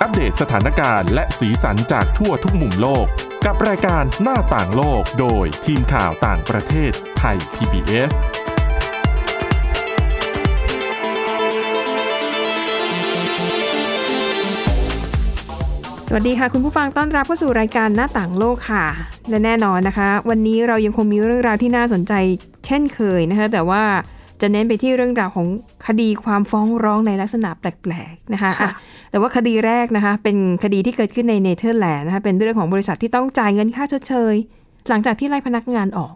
อัปเดตสถานการณ์และสีสันจากทั่วทุกมุมโลก กับรายการหน้าต่างโลกโดยทีมข่าวต่างประเทศไทย PBS สวัสดีค่ะ คุณผู้ฟังต้อนรับเข้าสู่รายการหน้าต่างโลกค่ะ และแน่นอนนะคะ วันนี้เรายังคงมีเรื่องราวที่น่าสนใจ เช่นเคยนะคะ แต่ว่าจะเน้นไปที่เรื่องราวของคดีความฟ้องร้องในลักษณะแปลกๆนะคะอ่ะแต่ว่าคดีแรกนะคะ เป็นคดีที่เกิดขึ้นในเนเธอร์แลนด์นะคะเป็นเรื่องของบริษัทที่ต้องจ่ายเงินค่าชดเชย หลังจากที่ไล่พนักงานออก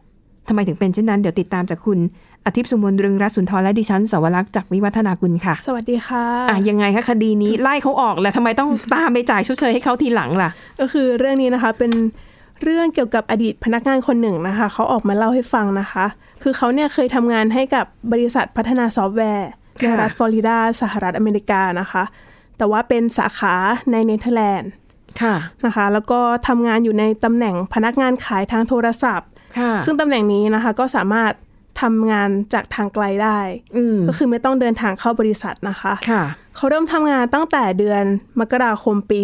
ทำไมถึงเป็นเช่นนั้นเดี๋ยวติดตามจากคุณอาทิตย์สุมนต์เรืองรัตน์สุนทรและดิฉันสวรักษ์จากวิวัฒนากุลค่ะ สวัสดีค่ะ อ่ะยังไงคะคดี นี้ไล่เขาออกแล้วทำไมต้องตามไปจ่ายชดเชยให้เขาทีหลังล่ะ ก็คือเรื่องนี้นะคะเป็นเรื่องเกี่ยวกับอดีตพนักงานคนหนึ่งนะคะ เขาออกมาเล่าให้ฟังนะคะ คือเขาเนี่ยเคยทำงานให้กับบริษัทพัฒนาซอฟต์แวร์ ค่ะ ในรัฐฟลอริดาสหรัฐอเมริกานะคะ แต่ว่าเป็นสาขาในเนเธอร์แลนด์ ค่ะ นะคะ แล้วก็ทำงานอยู่ในตำแหน่งพนักงานขายทางโทรศัพท์ ค่ะ ซึ่งตำแหน่งนี้นะคะก็สามารถทำงานจากทางไกลได้ อืม ก็คือไม่ต้องเดินทางเข้าบริษัทนะคะ ค่ะ เขาเริ่มทำงานตั้งแต่เดือนมกราคมปี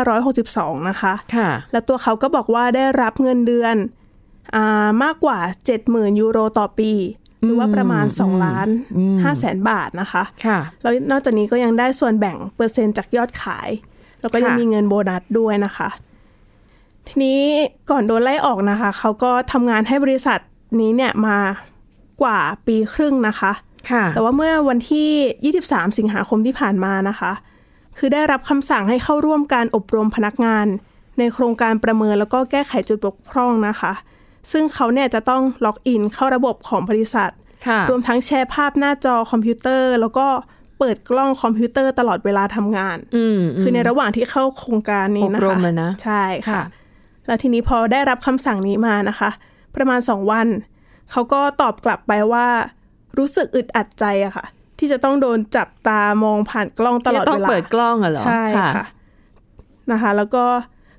2562 นะคะ ค่ะ และตัวเขาก็บอกว่าได้รับเงินเดือนอามากกว่า 70,000 ยูโรต่อปี หรือว่าประมาณ 2 ล้าน5แสนบาทนะคะ ค่ะ แล้วนอกจากนี้ก็ยังได้ส่วนแบ่งเปอร์เซ็นต์จากยอดขาย แล้วก็ยัง ค่ะ มีเงินโบนัสด้วยนะคะ ทีนี้ก่อนโดนไล่ออกนะคะ เขาก็ทำงานให้บริษัทนี้เนี่ยมากว่าปีครึ่งนะคะ ค่ะ แต่ว่าเมื่อวันที่ 23 สิงหาคมที่ผ่านมานะคะ คือได้รับคำสั่งให้เข้าร่วมการอบรมพนักงาน ในโครงการประเมินแล้วก็แก้ไขจุดบกพร่องนะคะ ซึ่งเขาเนี่ยจะต้องล็อกอินเข้าระบบของบริษัท ค่ะ รวมทั้งแชร์ภาพหน้าจอคอมพิวเตอร์ แล้วก็เปิดกล้องคอมพิวเตอร์ตลอดเวลาทำงาน อืมม คือในระหว่างที่เข้าโครงการนี้นะอคะบรมอะนะ ใช่ค่ะ ค่ะ แล้วทีนี้พอได้รับคำสั่งนี้มานะคะ ประมาณสองวัน เขาก็ตอบกลับไปว่ารู้สึกอึดอัดใจอะค่ะ ที่จะต้องโดนจับตามองผ่านกล้องตลอด จะต้อ เว ง ลา เปิดกล้องอะเหรอ ใช่ค่ะนะคะ แล้วก็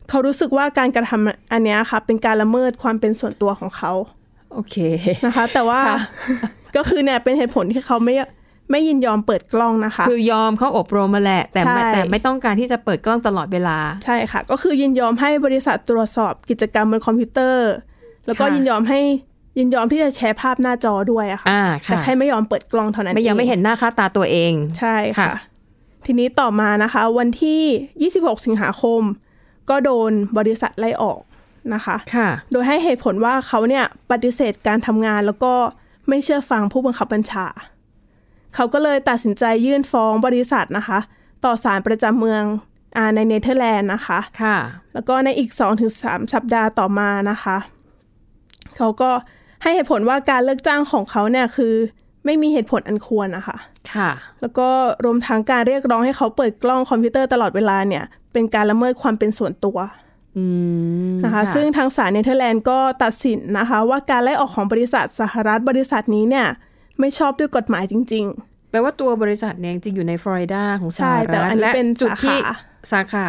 เขารู้สึกว่าการกระทำอันเนี้ยค่ะ เป็นการละเมิดความเป็นส่วนตัวของเขา โอเค นะคะ แต่ว่า ค่ะ ก็คือเนี่ยเป็นเหตุผลที่เขาไม่ไม่ยินยอมเปิดกล้องนะคะ คือยอมเขาอบรมมาแหละ แต่ไม่ ใช่ แต่ไม่ต้องการที่จะเปิดกล้องตลอดเวลา ใช่ค่ะ ก็คือยินยอมให้บริษัทตรวจสอบกิจกรรมบนคอมพิวเตอร์ แล้วก็ ค่ะ ยินยอมให้ยินยอมที่จะแชร์ภาพหน้าจอด้วยอะค่ะ อ่า แต่ ค่ะ แค่ไม่ยอมเปิดกล้องเท่านั้น ไม่ยัง อง ไม่เห็นหน้าค่าตาตัวเอง ใช่ค่ะ ค่ะ ทีนี้ต่อมานะคะ วันที่ 26 สิงหาคม ก็โดนบริษัทไล่ออกนะคะ ค่ะ โดยให้เหตุผลว่าเขาเนี่ยปฏิเสธการทำงานแล้วก็ไม่เชื่อฟังผู้บังคับบัญชา เขาก็เลยตัดสินใจยื่นฟ้องบริษัทนะคะ ต่อศาลประจำเมืองอาในเนเธอร์แลนด์นะคะ ค่ะ แล้วก็ในอีก 2-3 สัปดาห์ต่อมานะคะ เขาก็ให้เหตุผลว่าการเลิกจ้างของเขาเนี่ยคือไม่มีเหตุผลอันควรนะคะ ค่ะ แล้วก็รวมทั้งการเรียกร้องให้เขาเปิดกล้องคอมพิวเตอร์ตลอดเวลาเนี่ย เป็นการละเมิดความเป็นส่วนตัว อืม นะคะ ซึ่งทางศาลเนเธอร์แลนด์ก็ตัดสินนะคะ ว่าการไล่ออกของบริษัทสหรัฐบริษัทนี้เนี่ย ไม่ชอบด้วยกฎหมายจริง แปลว่าตัวบริษัทเนี่ยจริงๆอยู่ในฟลอริดาของส ใช่ ห แต่ รัฐ อันนี้ และ เป็น จุดที่ สาขา สาขา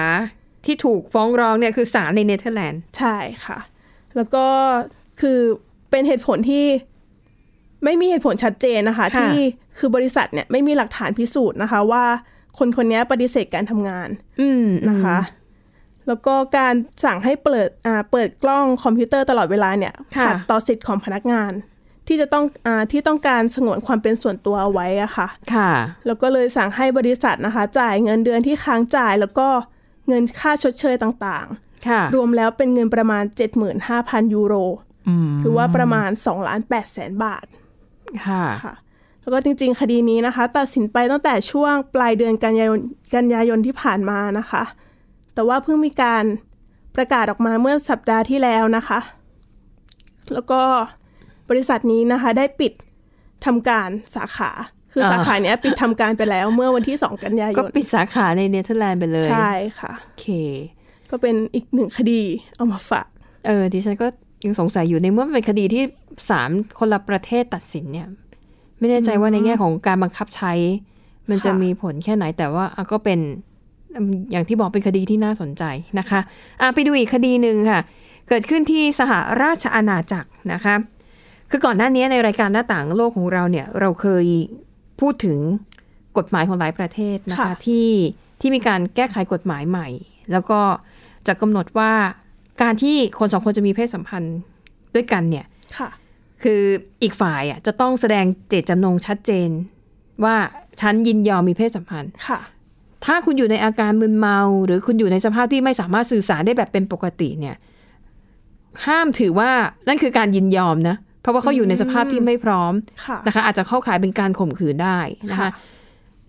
ที่ถูกฟ้องร้องเนี่ยคือศาลในเนเธอร์แลนด์ ๆ ใช่ค่ะ แล้วก็คือเป็นเหตุผลที่ไม่มีเหตุผลชัดเจนนะคะ ค่ะ ที่คือบริษัทเนี่ยไม่มีหลักฐานพิสูจน์นะคะ ว่าคนคนนี้ปฏิเสธการทำงาน อืม นะคะ แล้วก็การสั่งให้เปิดอ่าเปิดกล้องคอมพิวเตอร์ตลอดเวลาเนี่ย ค่ะ ขัดต่อสิทธิ์ของพนักงาน ที่จะต้องอาที่ต้องการสงวนความเป็นส่วนตัวเอาไว้อะค่ะ ค่ะ แล้วก็เลยสั่งให้บริษัทนะคะ จ่ายเงินเดือนที่ค้างจ่าย แล้วก็เงินค่าชดเชยต่าง ค่ะ ๆ รวมแล้วเป็นเงินประมาณ 75,000 ยูโรหรือว่าประมาณ2ล้าน8แสนบาท ค่ะ ค่ะแล้วก็จริงๆ คดีนี้นะคะ ตัดสินไปตั้งแต่ช่วงปลายเดือนกันยายนกันยายนที่ผ่านมานะคะ แต่ว่าเพิ่งมีการประกาศออกมาเมื่อสัปดาห์ที่แล้วนะคะ แล้วก็บริษัทนี้นะคะ ได้ปิดทำการสาขา คือ เอ่อ สาขาเนี้ยปิดทำการไปแล้วเมื่อวันที่ 2 กันยาย ก็ น ปิดสาขาในเนเธอร์แลนด์ไปเลย ใช่ค่ะ โอเค ก็เป็นอีกหนึ่งคดีเอามาฝาก เออดิฉันก็ยังสงสัยอยู่ในเมื่อมันเป็นคดีที่สามคนละประเทศตัดสินเนี่ย ไม่แน่ใจว่าในแง่ของการบังคับใช้ มันจะ ค่ะ มีผลแค่ไหนแต่ว่าอ่ะก็เป็นอืมอย่างที่บอกเป็นคดีที่น่าสนใจนะคะอ่ะไปดูอีกคดีหนึ่งค่ะ เกิดขึ้นที่สหราชอาณาจักรนะคะ คือก่อนหน้านี้ในรายการหน้าต่างโลกของเราเนี่ย เราเคยพูดถึงกฎหมายของหลายประเทศนะคะ ค่ะ ที่ ที่มีการแก้ไขกฎหมายใหม่ แล้วก็จะกำหนดว่าการที่คนสองคนจะมีเพศสัมพันธ์ด้วยกันเนี่ย ค่ะ คืออีกฝ่ายอ่ะจะต้องแสดงเจตจำนงชัดเจน ว่าฉันยินยอมมีเพศสัมพันธ์ ค่ะ ถ้าคุณอยู่ในอาการมึนเมา หรือคุณอยู่ในสภาพที่ไม่สามารถสื่อสารได้แบบเป็นปกติเนี่ย ห้ามถือว่านั่นคือการยินยอมนะ เพราะว่าเขาอยู่ในสภาพที่ไม่พร้อม ค่ะ นะคะ อาจจะเข้าข่ายเป็นการข่มขืนได้นะคะ ค่ะ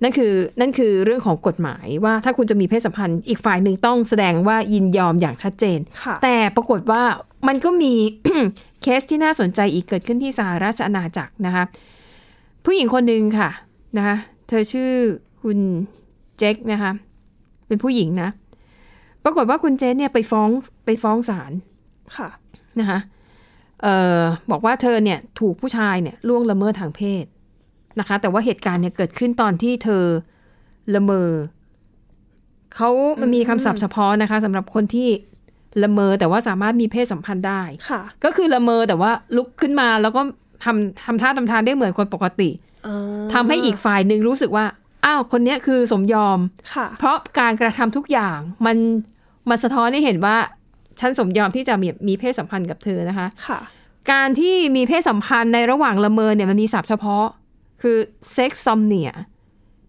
นั่นคือนั่นคือเรื่องของกฎหมายว่าถ้าคุณจะมีเพศสัมพันธ์อีกฝ่ายหนึ่งต้องแสดงว่ายินยอมอย่างชัดเจน ค่ะ แต่ปรากฏว่ามันก็มี เคสที่น่าสนใจอีกเกิดขึ้นที่สหราชอาณาจักรนะคะ ผู้หญิงคนหนึ่งค่ะนะคะเธอชื่อคุณเจคนะคะเป็นผู้หญิงนะ ปรากฏว่าคุณเจคเนี่ยไปฟ้องไปฟ้องศาล ค่ะ นะคะเอ่อบอกว่าเธอเนี่ยถูกผู้ชายเนี่ยล่วงละเมิดทางเพศนะคะ แต่ว่าเหตุการณ์เนี่ยเกิดขึ้นตอนที่เธอละเมอเขามันมีคำศัพท์เฉพาะนะคะสำหรับคนที่ละเมอแต่ว่าสามารถมีเพศสัมพันธ์ได้ ค่ะ ก็คือละเมอแต่ว่าลุกขึ้นมาแล้วก็ทำทำท่าทำทางได้เหมือนคนปกติ อ่า ทำให้อีกฝ่ายหนึ่งรู้สึกว่า อ้าวคนเนี้ยคือสมยอม ค่ะ เพราะการกระทำทุกอย่างมันมันสะท้อนให้เห็นว่า ฉันสมยอมที่จะมีมีเพศสัมพันธ์กับเธอนะคะ ค่ะ การที่มีเพศสัมพันธ์ในระหว่างละเมอเนี่ยมันมีศัพท์เฉพาะ คือ sex somnia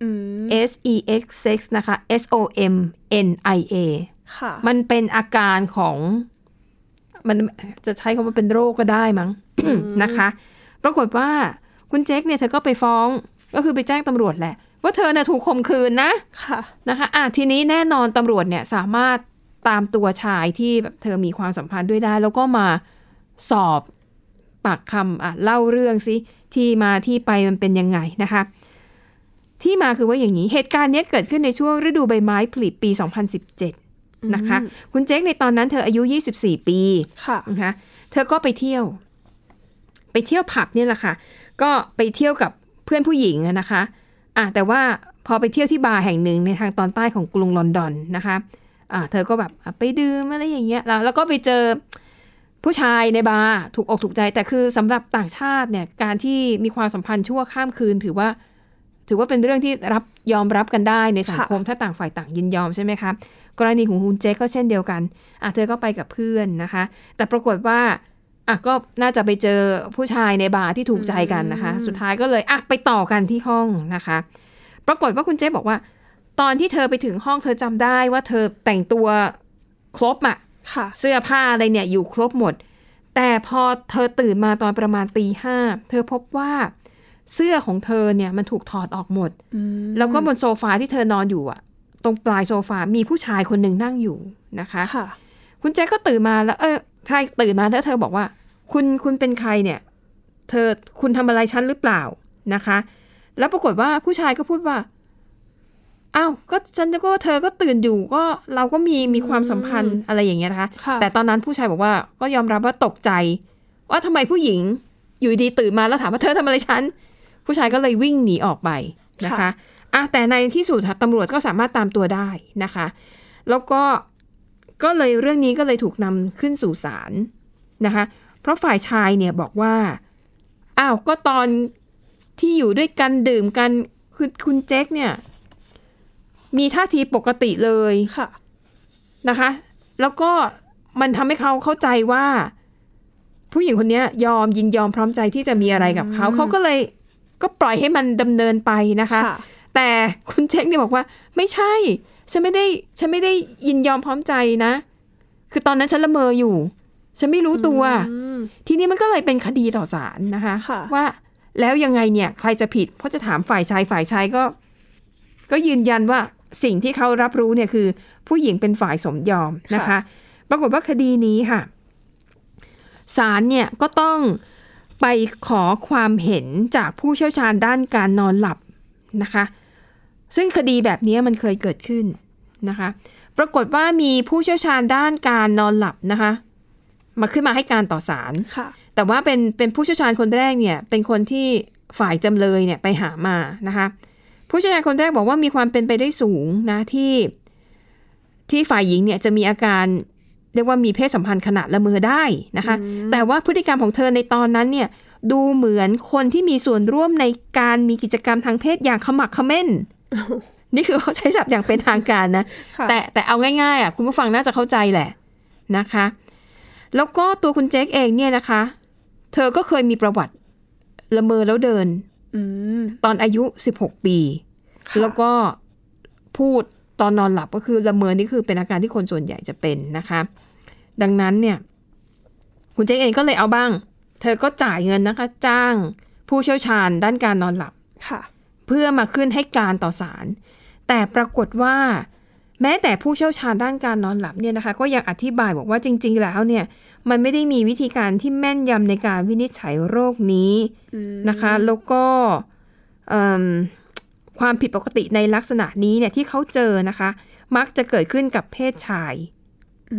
อืม S E X sex นะคะ S O M N I A ค่ะ มันเป็นอาการของมันจะใช้คำว่าเป็นโรคก็ได้มั้ง นะคะ ปรากฏว่าคุณเจคเนี่ยเธอก็ไปฟ้องก็คือไปแจ้งตำรวจแหละ ว่าเธอน่ะถูกข่มขืนนะ ค่ะ นะคะอ่ะทีนี้แน่นอนตำรวจเนี่ยสามารถตามตัวชายที่แบบเธอมีความสัมพันธ์ด้วยได้ แล้วก็มาสอบปากคำอ่ะเล่าเรื่องสิที่มาที่ไปมันเป็นยังไงนะคะ ที่มาคือว่าอย่างนี้เหตุการณ์เนี้ยเกิดขึ้นในช่วงฤดูใบไม้ผลิปี 2017 นะคะคุณเจคในตอนนั้นเธออายุ 24 ปี ค่ะ นะคะเธอก็ไปเที่ยว ไปเที่ยวผับเนี่ยแหละค่ะ ก็ไปเที่ยวกับเพื่อนผู้หญิงอะนะคะอ่ะแต่ว่าพอไปเที่ยวที่บาร์แห่งหนึ่งในทางตอนใต้ของกรุงลอนดอนนะคะอ่ะเธอก็แบบอ่ะไปดื่มอะไรอย่างเงี้ยแล้วแล้วก็ไปเจอผู้ชายในบาร์ถูกอกถูกใจ แต่คือสำหรับต่างชาติเนี่ยการที่มีความสัมพันธ์ชั่วข้ามคืน ถือว่า ถือว่าเป็นเรื่องที่รับยอมรับกันได้ในสังคมถ้าต่างฝ่ายต่างยินยอมใช่ไหมคะ กรณีของคุณเจคก็เช่นเดียวกันอ่ะเธอก็ไปกับเพื่อนนะคะ แต่ปรากฏว่าอ่ะก็น่าจะไปเจอผู้ชายในบาร์ที่ถูกใจกันนะคะ สุดท้ายก็เลยอ่ะไปต่อกันที่ห้องนะคะ ปรากฏว่าคุณเจคบอกว่า ตอนที่เธอไปถึงห้องเธอจำได้ว่าเธอแต่งตัวครบอะ ค่ะ เสื้อผ้าอะไรเนี่ยอยู่ครบหมด แต่พอเธอตื่นมาตอนประมาณตีห้าเธอพบว่าเสื้อของเธอเนี่ยมันถูกถอดออกหมด อืม แล้วก็บนโซฟาที่เธอนอนอยู่อะตรงปลายโซฟา มีผู้ชายคนหนึ่งนั่งอยู่นะคะ ค่ะ คุณแจ็คก็ตื่นมาแล้วเออใช่ตื่นมาแล้วเธอบอกว่า คุณคุณเป็นใครเนี่ย เธอคุณทำอะไรฉันหรือเปล่านะคะ แล้วปรากฏว่าผู้ชายก็พูดว่าอ้าวก็ฉันก็ว่าเธอก็ตื่นอยู่ก็เราก็มีมีความสัมพันธ์อะไรอย่างเงี้ยนะคะ ค่ะ แต่ตอนนั้นผู้ชายบอกว่าก็ยอมรับว่าตกใจ ว่าทำไมผู้หญิงอยู่ดีตื่นมาแล้วถามว่าเธอทำอะไรฉัน ผู้ชายก็เลยวิ่งหนีออกไปนะคะ ค่ะ อ่ะแต่ในที่สุดค่ะตำรวจก็สามารถตามตัวได้นะคะ แล้วก็ก็เลยเรื่องนี้ก็เลยถูกนำขึ้นสู่ศาลนะคะ เพราะฝ่ายชายเนี่ยบอกว่า อ้าว ก็ตอนที่อยู่ด้วยกันดื่มกันคือคุณเจคเนี่ย มีท่าทีปกติเลย ค่ะ นะคะ แล้วก็มันทำให้เขาเข้าใจว่า ผู้หญิงคนเนี้ยยอมยินยอมพร้อมใจที่จะมีอะไรกับเขา เขาก็เลยก็ปล่อยให้มันดำเนินไปนะคะ ค่ะ แต่คุณเช็คเนี่ยบอกว่า ไม่ใช่ ฉันไม่ได้ฉันไม่ได้ยินยอมพร้อมใจนะ คือตอนนั้นฉันละเมออยู่ ฉันไม่รู้ตัว ทีนี้มันก็เลยเป็นคดีต่อศาลนะคะ ค่ะ ว่าแล้วยังไงเนี่ย ใครจะผิด เพราะจะถามฝ่ายชายฝ่ายชายก็ ก็ยืนยันว่าสิ่งที่เขารับรู้เนี่ยคือ ผู้หญิงเป็นฝ่ายสมยอมนะคะ ปรากฏว่าคดีนี้ค่ะศาลเนี่ยก็ต้องไปขอความเห็นจากผู้เชี่ยวชาญด้านการนอนหลับนะคะ ซึ่งคดีแบบนี้มันเคยเกิดขึ้นนะคะ ปรากฏว่ามีผู้เชี่ยวชาญด้านการนอนหลับนะคะ มาขึ้นมาให้การต่อศาล ค่ะ แต่ว่าเป็นเป็นผู้เชี่ยวชาญคนแรกเนี่ยเป็นคนที่ฝ่ายจำเลยเนี่ยไปหามานะคะ ผู้เชี่ยวชาญคนแรกบอกว่ามีความเป็นไปได้สูงนะที่ ที่ฝ่ายหญิงเนี่ยจะมีอาการเรียกว่ามีเพศสัมพันธ์ขณะละเมอได้นะคะ แต่ว่าพฤติกรรมของเธอในตอนนั้นเนี่ยดู เหมือนคนที่มีส่วนร่วมในการมีกิจกรรมทางเพศอย่างขมักเขม้น นี่คือเขาใช้ศัพท์อย่างเป็นทางการนะ ค่ะ แต่แต่เอาง่ายๆอ่ะคุณผู้ฟังน่าจะเข้าใจแหละนะคะ แล้วก็ตัวคุณเจคเองเนี่ยนะคะ เธอก็เคยมีประวัติละเมอแล้วเดิน อืม ตอนอายุ 16 ปี ค่ะ แล้วก็พูดตอนนอนหลับก็คือละเมอนี่คือเป็นอาการที่คนส่วนใหญ่จะเป็นนะคะ ดังนั้นเนี่ยคุณเจ๊เองก็เลยเอาบ้าง เธอก็จ่ายเงินนะคะ จ้างผู้เชี่ยวชาญด้านการนอนหลับ ค่ะ เพื่อมาขึ้นให้การต่อศาลแต่ปรากฏว่า แม้แต่ผู้เชี่ยวชาญด้านการนอนหลับเนี่ยนะคะ ก็ยังอธิบายบอกว่าจริง ๆ แล้วเนี่ยมันไม่ได้มีวิธีการที่แม่นยำในการวินิจฉัยโรคนี้ อืม นะคะแล้วก็เอิ่มความผิดปกติในลักษณะนี้เนี่ยที่เขาเจอนะคะ มักจะเกิดขึ้นกับเพศชาย อื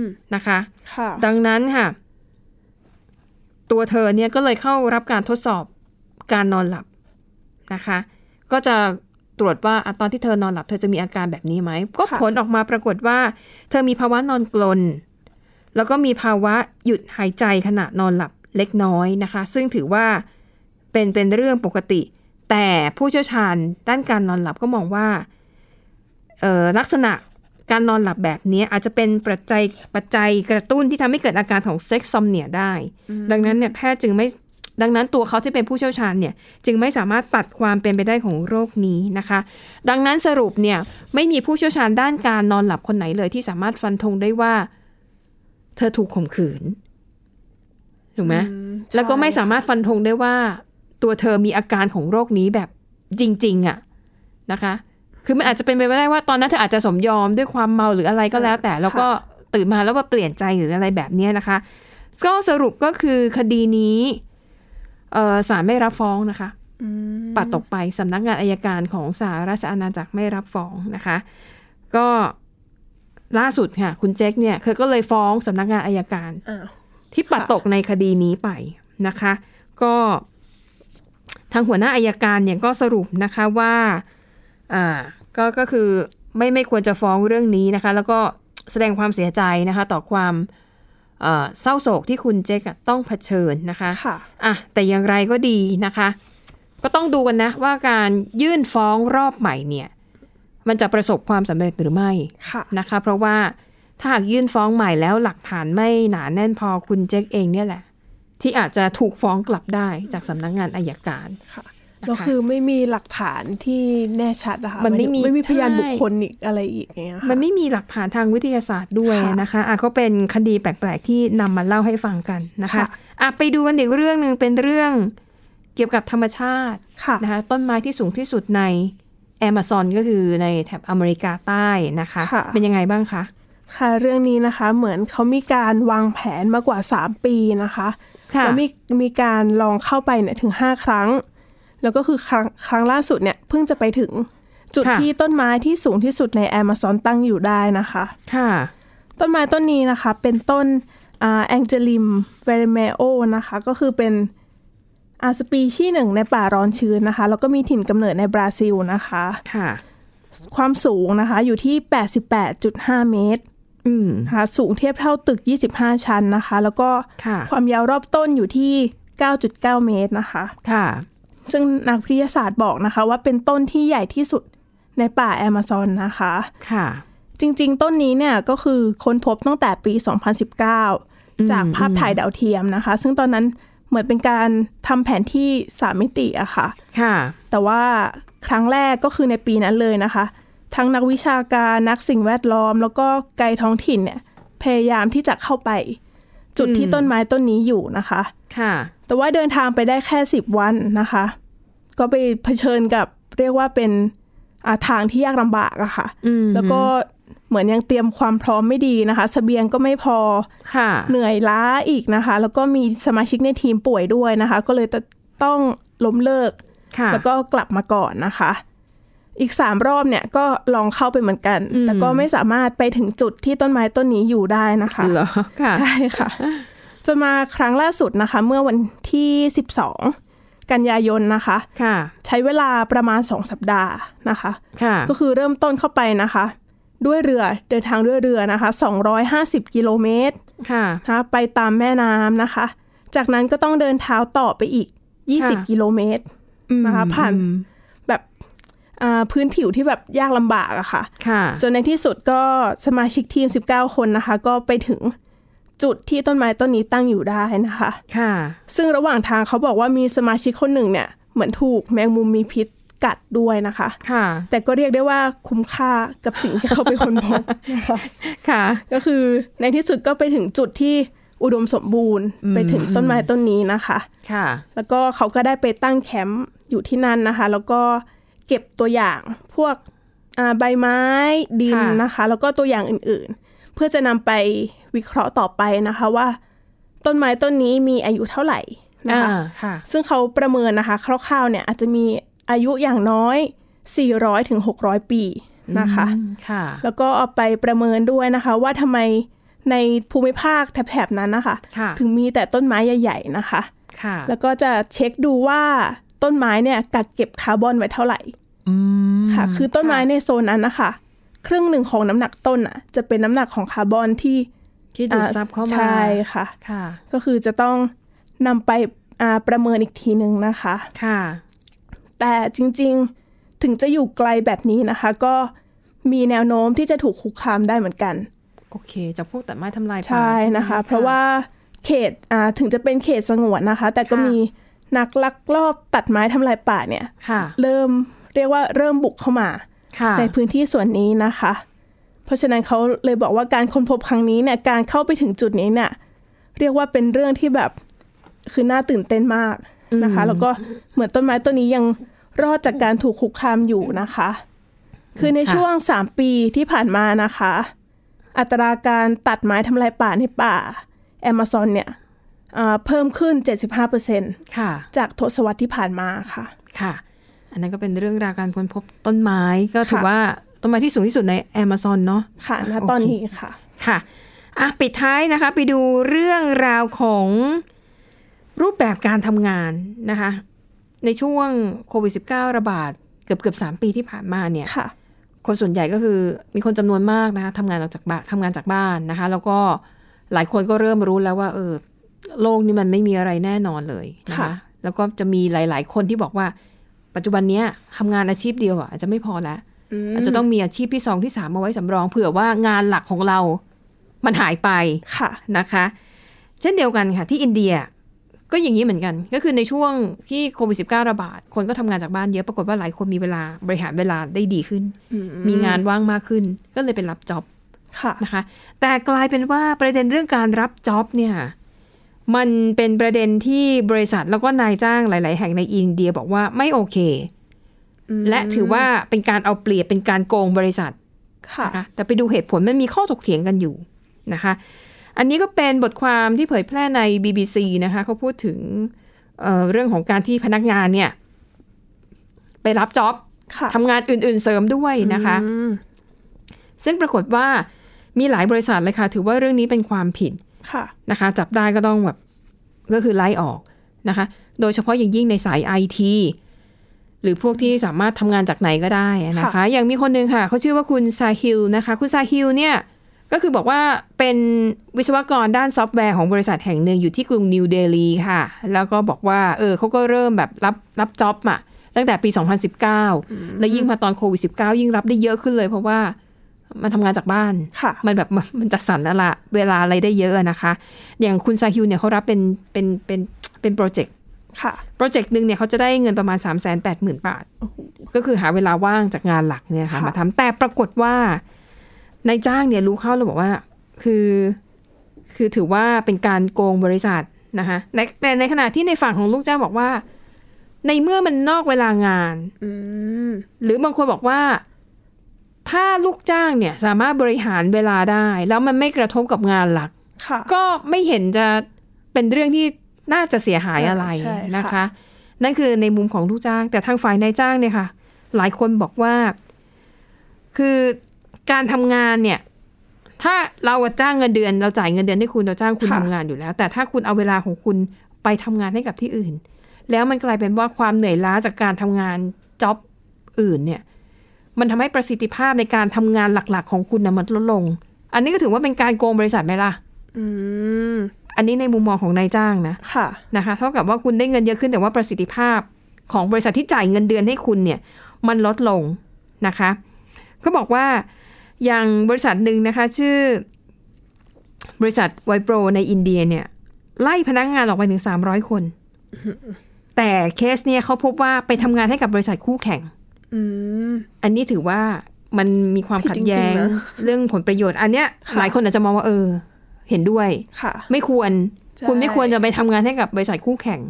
ม นะคะ ค่ะ ดังนั้นค่ะ ตัวเธอเนี่ยก็เลยเข้ารับการทดสอบการนอนหลับนะคะ ก็จะตรวจว่าอ่ะตอนที่เธอนอนหลับ เธอจะมีอาการแบบนี้ไหม ก็ผลออกมาปรากฏว่า เธอมีภาวะนอนกลน แล้วก็มีภาวะหยุดหายใจขณะนอนหลับเล็กน้อยนะคะ ซึ่งถือว่าเป็นเป็นเรื่องปกติ แต่ผู้เชี่ยวชาญด้านการนอนหลับก็มองว่าเอ่อลักษณะการนอนหลับแบบนี้อาจจะเป็นปัจจัยปัจจัยกระตุ้นที่ทำให้เกิดอาการของเซ็กซ์ซอมเนียได้ ดังนั้นเนี่ยแพทย์จึงไม่ดังนั้นตัวเขาที่เป็นผู้เชี่ยวชาญเนี่ยจึงไม่สามารถตัดความเป็นไปได้ของโรคนี้นะคะ ดังนั้นสรุปเนี่ยไม่มีผู้เชี่ยวชาญด้านการนอนหลับคนไหนเลยที่สามารถฟันธงได้ว่า เธอถูกข่มขืนถูกไหม อื แล้วก็ไม่ ใช่ สามารถฟันธงได้ว่า ตัวเธอมีอาการของโรคนี้แบบจริง ๆอะนะคะ คือมันอาจจะเป็นไปไม่ได้ว่าตอนนั้นเธออาจจะสมยอมด้วยความเมาหรืออะไรก็แล้ว แต่แล้วก็ตื่นมาแล้วมาเปลี่ยนใจหรืออะไรแบบเนี้ยนะคะ ก็สรุปก็คือคดีนี้เอ่อศาลไม่รับฟ้องนะคะ อืม ปัดตกไปสำนักงานอายการของสหราชอาณาจักรไม่รับฟ้องนะคะ ก็ล่าสุดค่ะ คุณเจคเนี่ยเธอก็เลยฟ้องสำนักงานอายการ อ้าว ที่ปัดตกในคดีนี้ไปนะคะ ก็ทางหัวหน้าอายการเนี่ยก็สรุปนะคะว่าอ่าก็ก็คือไม่ไม่ควรจะฟ้องเรื่องนี้นะคะ แล้วก็แสดงความเสียใจนะคะ ต่อความเอ่อเศร้าโศกที่คุณเจคอะต้องเผชิญนะคะ ค่ะ อ่ะแต่อย่างไรก็ดีนะคะ ก็ต้องดูกันนะว่าการยื่นฟ้องรอบใหม่เนี่ยมันจะประสบความสำเร็จหรือไม่ ค่ะ นะคะเพราะว่าถ้าหากยื่นฟ้องใหม่แล้วหลักฐานไม่หนาแน่นพอคุณเจคเองเนี่ยแหละ ที่อาจจะถูกฟ้องกลับได้จากสำนักงานอายการ ค่ะแล้วคือไม่มีหลักฐานที่แน่ชัดนะคะ มันไม่มี หายถึงไม่มีพยาน ใช่ บุคคลอีกอะไรอีกอย่างเงี้ยค่ะ มันไม่มีหลักฐานทางวิทยาศาสตร์ด้วย ค่ะ นะคะอ่ะก็เป็นคดีแปลกๆ ที่นำมาเล่าให้ฟังกันนะคะ ค่ะ อ่ะไปดูกันอีกเรื่องหนึ่งเป็นเรื่องเกี่ยวกับธรรมชาติ ค่ะ นะคะต้นไม้ที่สูงที่สุดในแอมะซอนก็คือในแถบอเมริกาใต้นะคะ ค่ะ เป็นยังไงบ้างคะ ค่ะเรื่องนี้นะคะ เหมือนเขามีการวางแผนมากว่า 3 ปีนะคะ ค่ะ แล้วมีมีการลองเข้าไปเนี่ยถึง 5 ครั้ง แล้วก็คือครั้งครั้งล่าสุดเนี่ยเพิ่งจะไปถึงจุดที่ต้นไม้ที่สูงที่สุดในแอมะซอนตั้งอยู่ได้นะคะ ค่ะ ต้นไม้ต้นนี้นะคะเป็นต้นแองเจลิมเวรเมโอนะคะก็คือเป็นอาสปีชีส์หนึ่งในป่าร้อนชื้นนะคะ แล้วก็มีถิ่นกำเนิดในบราซิลนะคะ ค่ะ ความสูงนะคะอยู่ที่ 88.5 เมตร อืม นะคะสูงเทียบเท่าตึก 25 ชั้นนะคะ แล้วก็ ค่ะ ความยาวรอบต้นอยู่ที่ 9.9 เมตรนะคะ ค่ะ ซึ่งนักวิทยาศาสตร์บอกนะคะว่าเป็นต้นที่ใหญ่ที่สุดในป่าแอมะซอนนะคะ ค่ะ จริงๆ ต้นนี้เนี่ยก็คือค้นพบตั้งแต่ปี 2019 จากภาพถ่ายดาวเทียมนะคะ ซึ่งตอนนั้นเหมือนเป็นการทำแผนที่ 3 มิติอะค่ะ ค่ะ แต่ว่าครั้งแรกก็คือในปีนั้นเลยนะคะ ทั้งนักวิชาการนักสิ่งแวดล้อม แล้วก็ไกด์ท้องถิ่นเนี่ยพยายามที่จะเข้าไป จุดที่ต้นไม้ต้นนี้อยู่นะคะ ค่ะ แต่ว่าเดินทางไปได้แค่ 10 วันนะคะ ก็ไปเผชิญกับเรียกว่าเป็นอ่าทางที่ยากลำบากอะค่ะ อืม แล้วก็เหมือนยังเตรียมความพร้อมไม่ดีนะคะสเสบียงก็ไม่พอ ค่ะ เหนื่อยล้าอีกนะคะ แล้วก็มีสมาชิกในทีมป่วยด้วยนะคะ ก็เลยต้องล้มเลิก ค่ะ แล้วก็กลับมาก่อนนะคะ อีกสามรอบเนี่ยก็ลองเข้าไปเหมือนกัน อืม แต่ก็ไม่สามารถไปถึงจุดที่ต้นไม้ต้นนี้อยู่ได้นะคะ เหรอ ค่ะ ใช่ค่ะ จนมาครั้งล่าสุดนะคะ เมื่อวันที่ 12 กันยายนนะคะ ค่ะ ใช้เวลาประมาณ 2 สัปดาห์นะคะ ค่ะ ก็คือเริ่มต้นเข้าไปนะคะ ด้วยเรือเดินทางด้วยเรือนะคะ 250 กิโลเมตร ค่ะ นะคะไปตามแม่น้ำนะคะ จากนั้นก็ต้องเดินเท้าต่อไปอีก ค่ะ 20 กิโลเมตร อืม นะคะผ่าน อืม แบบ อ่าพื้นผิวที่แบบยากลำบากอะค่ะ ค่ะ จนในที่สุดก็สมาชิกทีม 19 คนนะคะ ก็ไปถึงจุดที่ต้นไม้ต้นนี้ตั้งอยู่ได้นะคะ ค่ะ ซึ่งระหว่างทางเขาบอกว่ามีสมาชิกคนหนึ่งเนี่ย เหมือนถูกแมงมุมมีพิษกัดด้วยนะคะ ค่ะ แต่ก็เรียกได้ว่าคุ้มค่ากับสิ่งที่เขาไปค้นพ บ ค่ะ ก็คือในที่สุดก็ไปถึงจุดที่อุดมสมบูรณ์ อืม ไปถึงต้นไม้ต้นนี้นะคะ ค่ะ แล้วก็เขาก็ได้ไปตั้งแคมป์อยู่ที่นั่นนะคะ แล้วก็เก็บตัวอย่างพวกอ่าใบไม้ดิน ค่ะ นะคะ แล้วก็ตัวอย่างอื่นๆ เพื่อจะนำไปวิเคราะห์ต่อไปนะคะว่า ต้นไม้ต้นนี้มีอายุเท่าไหร่นะคะ อ่าค่ะ ซึ่งเขาประเมินนะคะ คร่าวๆเนี่ยอาจจะมีอายุอย่างน้อย 400ถึง600 ปีนะคะ อืมค่ะ แล้วก็เอาไปประเมินด้วยนะคะ ว่าทำไมในภูมิภาคแถบๆนั้นนะคะ ค่ะ ถึงมีแต่ต้นไม้ใหญ่ ๆนะคะ ค่ะ แล้วก็จะเช็คดูว่าต้นไม้เนี่ยกักเก็บคาร์บอนไว้เท่าไหร่ อืม ค่ะ คือต้นไม้ในโซนนั้นนะคะ ครึ่งหนึ่งของน้ำหนักต้นอ่ะจะเป็นน้ำหนักของคาร์บอนที่ ที่ดูดซับเข้ามา ใช่ค่ะ ค่ะ ก็คือจะต้องนำไปอ่าประเมินอีกทีหนึ่งนะคะ ค่ะ แต่จริงๆ ถึงจะอยู่ไกลแบบนี้นะคะ ก็มีแนวโน้มที่จะถูกคุกคามได้เหมือนกัน โอเค จากพวกตัดไม้ทำลายป่า ใช่ ไหม นะคะ เพราะว่าเขตอ่าถึงจะเป็นเขตสงวนนะคะ แต่ก็ ค่ะ มีนักลักลอบตัดไม้ทำลายป่าเนี่ย ค่ะ เริ่มเรียกว่าเริ่มบุกเข้ามา ค่ะ ในพื้นที่ส่วนนี้นะคะ เพราะฉะนั้นเขาเลยบอกว่าการค้นพบครั้งนี้เนี่ยการเข้าไปถึงจุดนี้เนี่ยเรียกว่าเป็นเรื่องที่แบบคือน่าตื่นเต้นมากนะคะ อืม แล้วก็เหมือนต้นไม้ต้นนี้ยังรอดจากการถูกคุกคามอยู่นะคะ คือในช่วง 3 ปีที่ผ่านมานะคะ อัตราการตัดไม้ทำลายป่าในป่าแอมะซอนเนี่ยอ่าเพิ่มขึ้น 75% ค่ะ จากทศวรรษที่ผ่านมาค่ะ ค่ะ อันนั้นก็เป็นเรื่องราวการค้นพบต้นไม้ ก็ถือ ค่ะ ว่าต้นไม้ที่สูงที่สุดในแอมะซอนเนาะ ค่ะณ โอเค ตอนนี้ค่ะ ค่ะ อ่ะ ปิดท้ายนะคะ ไปดูเรื่องราวของรูปแบบการทำงานนะคะ ในช่วงโควิด -19 ระบาดเกือบเกือบสามปีที่ผ่านมาเนี่ย ค่ะ คนส่วนใหญ่ก็คือมีคนจำนวนมากนะคะทำงานออกจากบ้านทำงานจากบ้านนะคะ แล้วก็หลายคนก็เริ่มรู้แล้วว่า เออโลกนี้มันไม่มีอะไรแน่นอนเลยนะคะ ค่ะ แล้วก็จะมีหลาย ๆ คนที่บอกว่า ปัจจุบันเนี้ยทำงานอาชีพเดียวอะอาจจะไม่พอละ ม อาจจะต้องมีอาชีพที่สองที่สามเอาไว้สำรองเผื่อว่างานหลักของเรามันหายไป ค่ะ นะคะ เช่นเดียวกันค่ะ ที่อินเดียก็อย่างนี้เหมือนกัน ก็คือในช่วงที่โควิด -19 ระบาด คนก็ทำงานจากบ้านเยอะปรากฏว่าหลายคนมีเวลาบริหารเวลาได้ดีขึ้น มีงานว่างมากขึ้น ก็เลยเป็นรับจ็อบ ค่ะ นะคะ แต่กลายเป็นว่าประเด็นเรื่องการรับจ็อบเนี่ยมันเป็นประเด็นที่บริษัทแล้วก็นายจ้างหลาย ๆ แห่งในอินเดียบอกว่าไม่โอเค และถือว่าเป็นการเอาเปรียบเป็นการโกงบริษัท ค่ะ นะคะแต่ไปดูเหตุผลมันมีข้อถกเถียงกันอยู่นะคะ อันนี้ก็เป็นบทความที่เผยแพร่ใน BBC นะคะเขาพูดถึงเอ่อเรื่องของการที่พนักงานเนี่ยไปรับจ็อบ ค่ะ ทำงานอื่น ๆเสริมด้วยนะคะ อืม ซึ่งปรากฏว่ามีหลายบริษัทเลยค่ะ ถือว่าเรื่องนี้เป็นความผิด ค่ะ นะคะ จับได้ก็ต้องแบบก็คือไล่ออกนะคะ โดยเฉพาะอย่างยิ่งในสายไอทีหรือพวกที่สามารถทำงานจากไหนก็ได้นะคะ ค่ะ อย่างมีคนหนึ่งค่ะ เขาชื่อว่าคุณซาฮิลนะคะ คุณซาฮิลเนี่ย ก็คือบอกว่าเป็นวิศวกรด้านซอฟต์แวร์ของบริษัทแห่งหนึ่งอยู่ที่กรุงนิวเดลีค่ะ แล้วก็บอกว่า เออเขาก็เริ่มแบบรับรับจ็อบอะตั้งแต่ปี 2019 แล้วยิ่งมาตอนโควิด19ยิ่งรับได้เยอะขึ้นเลยเพราะว่ามันทำงานจากบ้าน ค่ะ มันแบบ มันมันจัดสรรอะไรเวลาอะไรได้เยอะอะนะคะ อย่างคุณซาฮิวเนี่ยเขารับเป็นเป็นเป็นเป็นโปรเจกต์ ค่ะ โปรเจกต์หนึ่งเนี่ยเขาจะได้เงินประมาณ 3 8 0 0 0 0 บาท ก็คือหาเวลาว่างจากงานหลักเนี่ยค่ะ ค่ะ มาทำแต่ปรากฏว่านายจ้างเนี่ยรู้เข้าแล้วบอกว่า คือ คือถือว่าเป็นการโกงบริษัทนะคะในแต่ในขณะที่ในฝั่งของลูกจ้างบอกว่า ในเมื่อมันนอกเวลางาน อืม หรือบางคนบอกว่า ถ้าลูกจ้างเนี่ยสามารถบริหารเวลาได้ แล้วมันไม่กระทบกับงานหลัก ค่ะ ก็ไม่เห็นจะเป็นเรื่องที่น่าจะเสียหายอะไร ใช่ค่ะ นะคะ นั่นคือในมุมของลูกจ้าง แต่ทางฝ่ายนายจ้างเนี่ยค่ะ หลายคนบอกว่า คือการทำงานเนี่ย ถ้าเราจ้างเงินเดือน เราจ่ายเงินเดือนให้คุณเราจ้างคุณ ค่ะ ทำงานอยู่แล้ว แต่ถ้าคุณเอาเวลาของคุณไปทำงานให้กับที่อื่น แล้วมันกลายเป็นว่าความเหนื่อยล้าจากการทำงานจ็อบอื่นเนี่ย มันทำให้ประสิทธิภาพในการทำงานหลักๆ ของคุณนะมันลดลง อันนี้ก็ถือว่าเป็นการโกงบริษัทไหมล่ะ อืม อันนี้ในมุมมองของนายจ้างนะ ค่ะ นะคะ เท่ากับว่าคุณได้เงินเยอะขึ้นแต่ว่าประสิทธิภาพของบริษัทที่จ่ายเงินเดือนให้คุณเนี่ย มันลดลงนะคะก็บอกว่าอย่างบริษัทหนึ่งนะคะ ชื่อบริษัทไวโปรในอินเดียเนี่ย ไล่พนักงานออกไปถึง 300 คน แต่เคสเนี่ยเขาพบว่าไปทำงานให้กับบริษัทคู่แข่ง อืม อันนี้ถือว่ามันมีความขัดแย้ง ผิดจริงๆนะ เรื่องผลประโยชน์ อันเนี้ย ค่ะ หลายคนอาจจะมองว่าเออ เห็นด้วย ค่ะ ไม่ควร ใช่ คุณไม่ควรจะไปทำงานให้กับบริษัทคู่แข่ง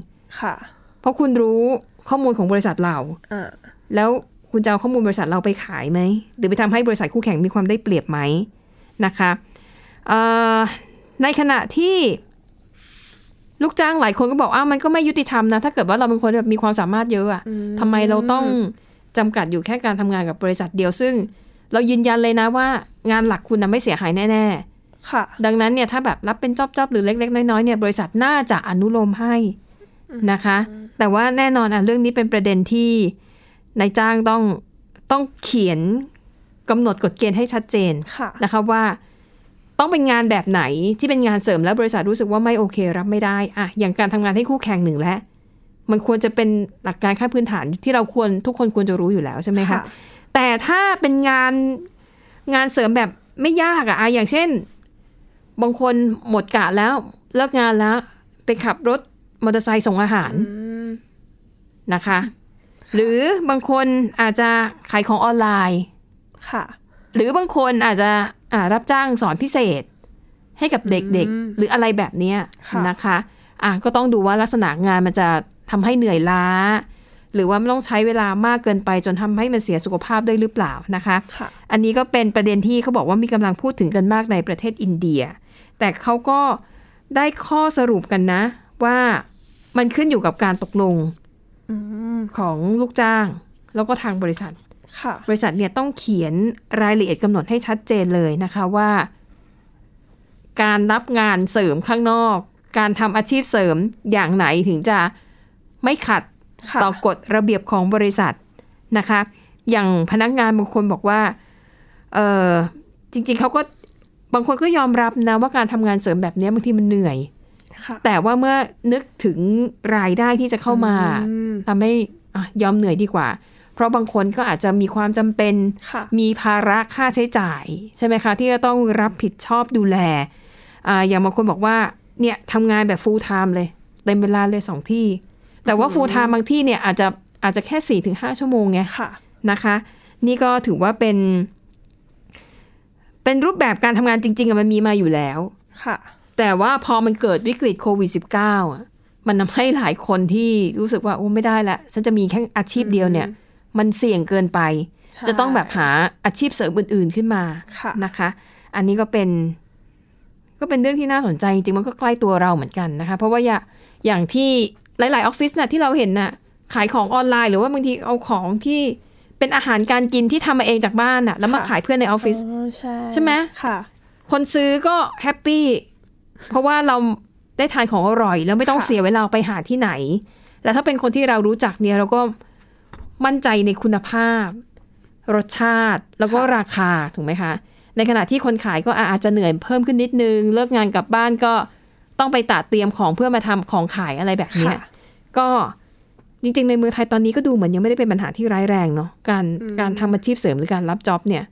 ค่ะ เพราะคุณรู้ข้อมูลของบริษัทเรา อ่า แล้วคุณจะเอาข้อมูลบริษัทเราไปขายไหม หรือไปทำให้บริษัทคู่แข่งมีความได้เปรียบไหมนะคะเอ่อในขณะที่ลูกจ้างหลายคนก็บอกอ้าวมันก็ไม่ยุติธรรมนะ ถ้าเกิดว่าเราเป็นคนแบบมีความสามารถเยอะอะทำไมเราต้องจำกัดอยู่แค่การทำงานกับบริษัทเดียวซึ่ง เรายืนยันเลยนะว่า งานหลักคุณนะไม่เสียหายแน่ ค่ะ ๆ ดังนั้นเนี่ยถ้าแบบรับเป็นจอบๆหรือเล็ก ๆ น้อยๆเนี่ยบริษัทน่าจะอนุโลมให้ นะคะ แต่ว่าแน่นอนอ่ะเรื่องนี้เป็นประเด็นที่นายจ้างต้องต้องเขียนกำหนดกฎเกณฑ์ให้ชัดเจน ค่ะ นะคะว่าต้องเป็นงานแบบไหนที่เป็นงานเสริมแล้วบริษัทรู้สึกว่าไม่โอเครับไม่ได้อะอย่างการทำงานให้คู่แข่งหนึ่งและ มันควรจะเป็นหลักการขั้นพื้นฐานที่เราควรทุกคนควรจะรู้อยู่แล้วใช่ไหมคะ แต่ถ้าเป็นงานงานเสริมแบบไม่ยากอะอะอย่างเช่น บางคนหมดกะแล้วเลิกงานแล้ว ไปขับรถมอเตอร์ไซค์ส่งอาหารนะคะ หรือบางคนอาจจะขายของออนไลน์ ค่ะ หรือบางคนอาจจะอ่ารับจ้างสอนพิเศษ ให้กับเด็กๆ หรืออะไรแบบเนี้ย ค่ะ นะคะอ่ะก็ต้องดูว่าลักษณะงานมันจะทำให้เหนื่อยล้า หรือว่าไม่ต้องใช้เวลามากเกินไปจนทำให้มันเสียสุขภาพด้วยหรือเปล่านะคะ ค่ะ อันนี้ก็เป็นประเด็นที่เขาบอกว่ามีกำลังพูดถึงกันมากในประเทศอินเดีย แต่เขาก็ได้ข้อสรุปกันนะ ว่ามันขึ้นอยู่กับการตกลง อืม ของลูกจ้าง แล้วก็ทางบริษัท ค่ะ บริษัทเนี่ยต้องเขียนรายละเอียดกำหนดให้ชัดเจนเลยนะคะว่า การรับงานเสริมข้างนอก การทำอาชีพเสริมอย่างไหนถึงจะไม่ขัด ค่ะ ต่อกฎระเบียบของบริษัทนะคะ อย่างพนักงานบางคนบอกว่าเออจริงๆเขาก็บางคนก็ยอมรับนะว่าการทำงานเสริมแบบเนี้ยบางทีมันเหนื่อย ค่ะ แต่ว่าเมื่อนึกถึงรายได้ที่จะเข้ามา อืม ทำให้อ่ะยอมเหนื่อยดีกว่า เพราะบางคนก็อาจจะมีความจำเป็น ค่ะ มีภาระค่าใช้จ่าย ใช่ไหมคะ ที่จะต้องรับผิดชอบดูแลอาอย่างบางคนบอกว่าเนี่ยทำงานแบบ full time เลยเต็มเวลาเลยสองที่ แต่ว่า full time บางที่เนี่ยอาจจะอาจจะแค่สี่ถึงห้าชั่วโมงไง ค่ะ นะคะ นี่ก็ถือว่าเป็น เป็นรูปแบบการทำงานจริงๆอะมันมีมาอยู่แล้ว ค่ะ แต่ว่าพอมันเกิดวิกฤตโควิด -19 อ่ะ มันทำให้หลายคนที่รู้สึกว่าโอ้ไม่ได้ละฉันจะมีแค่อาชีพเดียวเนี่ย มันเสี่ยงเกินไป ใช่ จะต้องแบบหาอาชีพเสริมอื่น ๆขึ้นมา ค่ะ นะคะ อันนี้ก็เป็น ก็เป็นเรื่องที่น่าสนใจจริงๆมันก็ใกล้ตัวเราเหมือนกันนะคะ เพราะว่าอย่าอย่างที่หลาย ๆ ออฟฟิศน่ะที่เราเห็นน่ะ ขายของออนไลน์หรือว่าบางทีเอาของที่เป็นอาหารการกินที่ทำมาเองจากบ้านน่ะ แล้วมาขายเพื่อนในออฟฟิศ อ๋อใช่ ใช่ไหม ค่ะ คนซื้อก็แฮปปี้ เพราะว่าเราได้ทานของอร่อย แล้วไม่ต้อง ค่ะ เสียเวลาไปหาที่ไหน แล้วถ้าเป็นคนที่เรารู้จักเนี่ยเราก็มั่นใจในคุณภาพ รสชาติแล้วก็ราคาถูกไหมคะ ในขณะที่คนขายก็อ่ะอาจจะเหนื่อยเพิ่มขึ้นนิดนึง เลิกงานกลับบ้านก็ต้องไปตัดเตรียมของเพื่อมาทำของขายอะไรแบบเนี้ย ค่ะ ก็จริงๆ ในเมืองไทยตอนนี้ก็ดูเหมือนยังไม่ได้เป็นปัญหาที่ร้ายแรงเนาะการการทำอาชีพเสริมหรือการรับจ็อบเนี่ย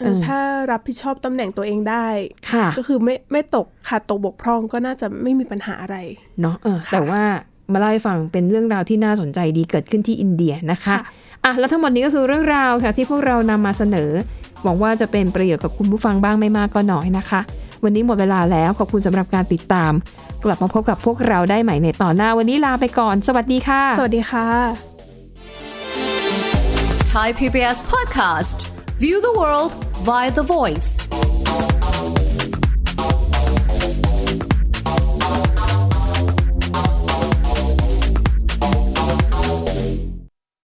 เออถ้ารับผิดชอบตำแหน่งตัวเองได้ ค่ะ ก็คือไม่ไม่ตกขาดตกบกพร่องก็น่าจะไม่มีปัญหาอะไร เนาะเออ ค่ะ แต่ว่ามาเล่าให้ฟังเป็นเรื่องราวที่น่าสนใจดีเกิดขึ้นที่อินเดียนะคะ ค่ะ อ่ะแล้วทั้งหมดนี้ก็คือเรื่องราวค่ะที่พวกเรานำมาเสนอ หวังว่าจะเป็นประโยชน์กับคุณผู้ฟังบ้างไม่มากก็น้อยนะคะ วันนี้หมดเวลาแล้วขอบคุณสำหรับการติดตาม กลับมาพบกับพวกเราได้ใหม่ในตอนหน้าวันนี้ลาไปก่อน สวัสดีค่ะ สวัสดีค่ะ Thai PBS podcast. View the world via the voice.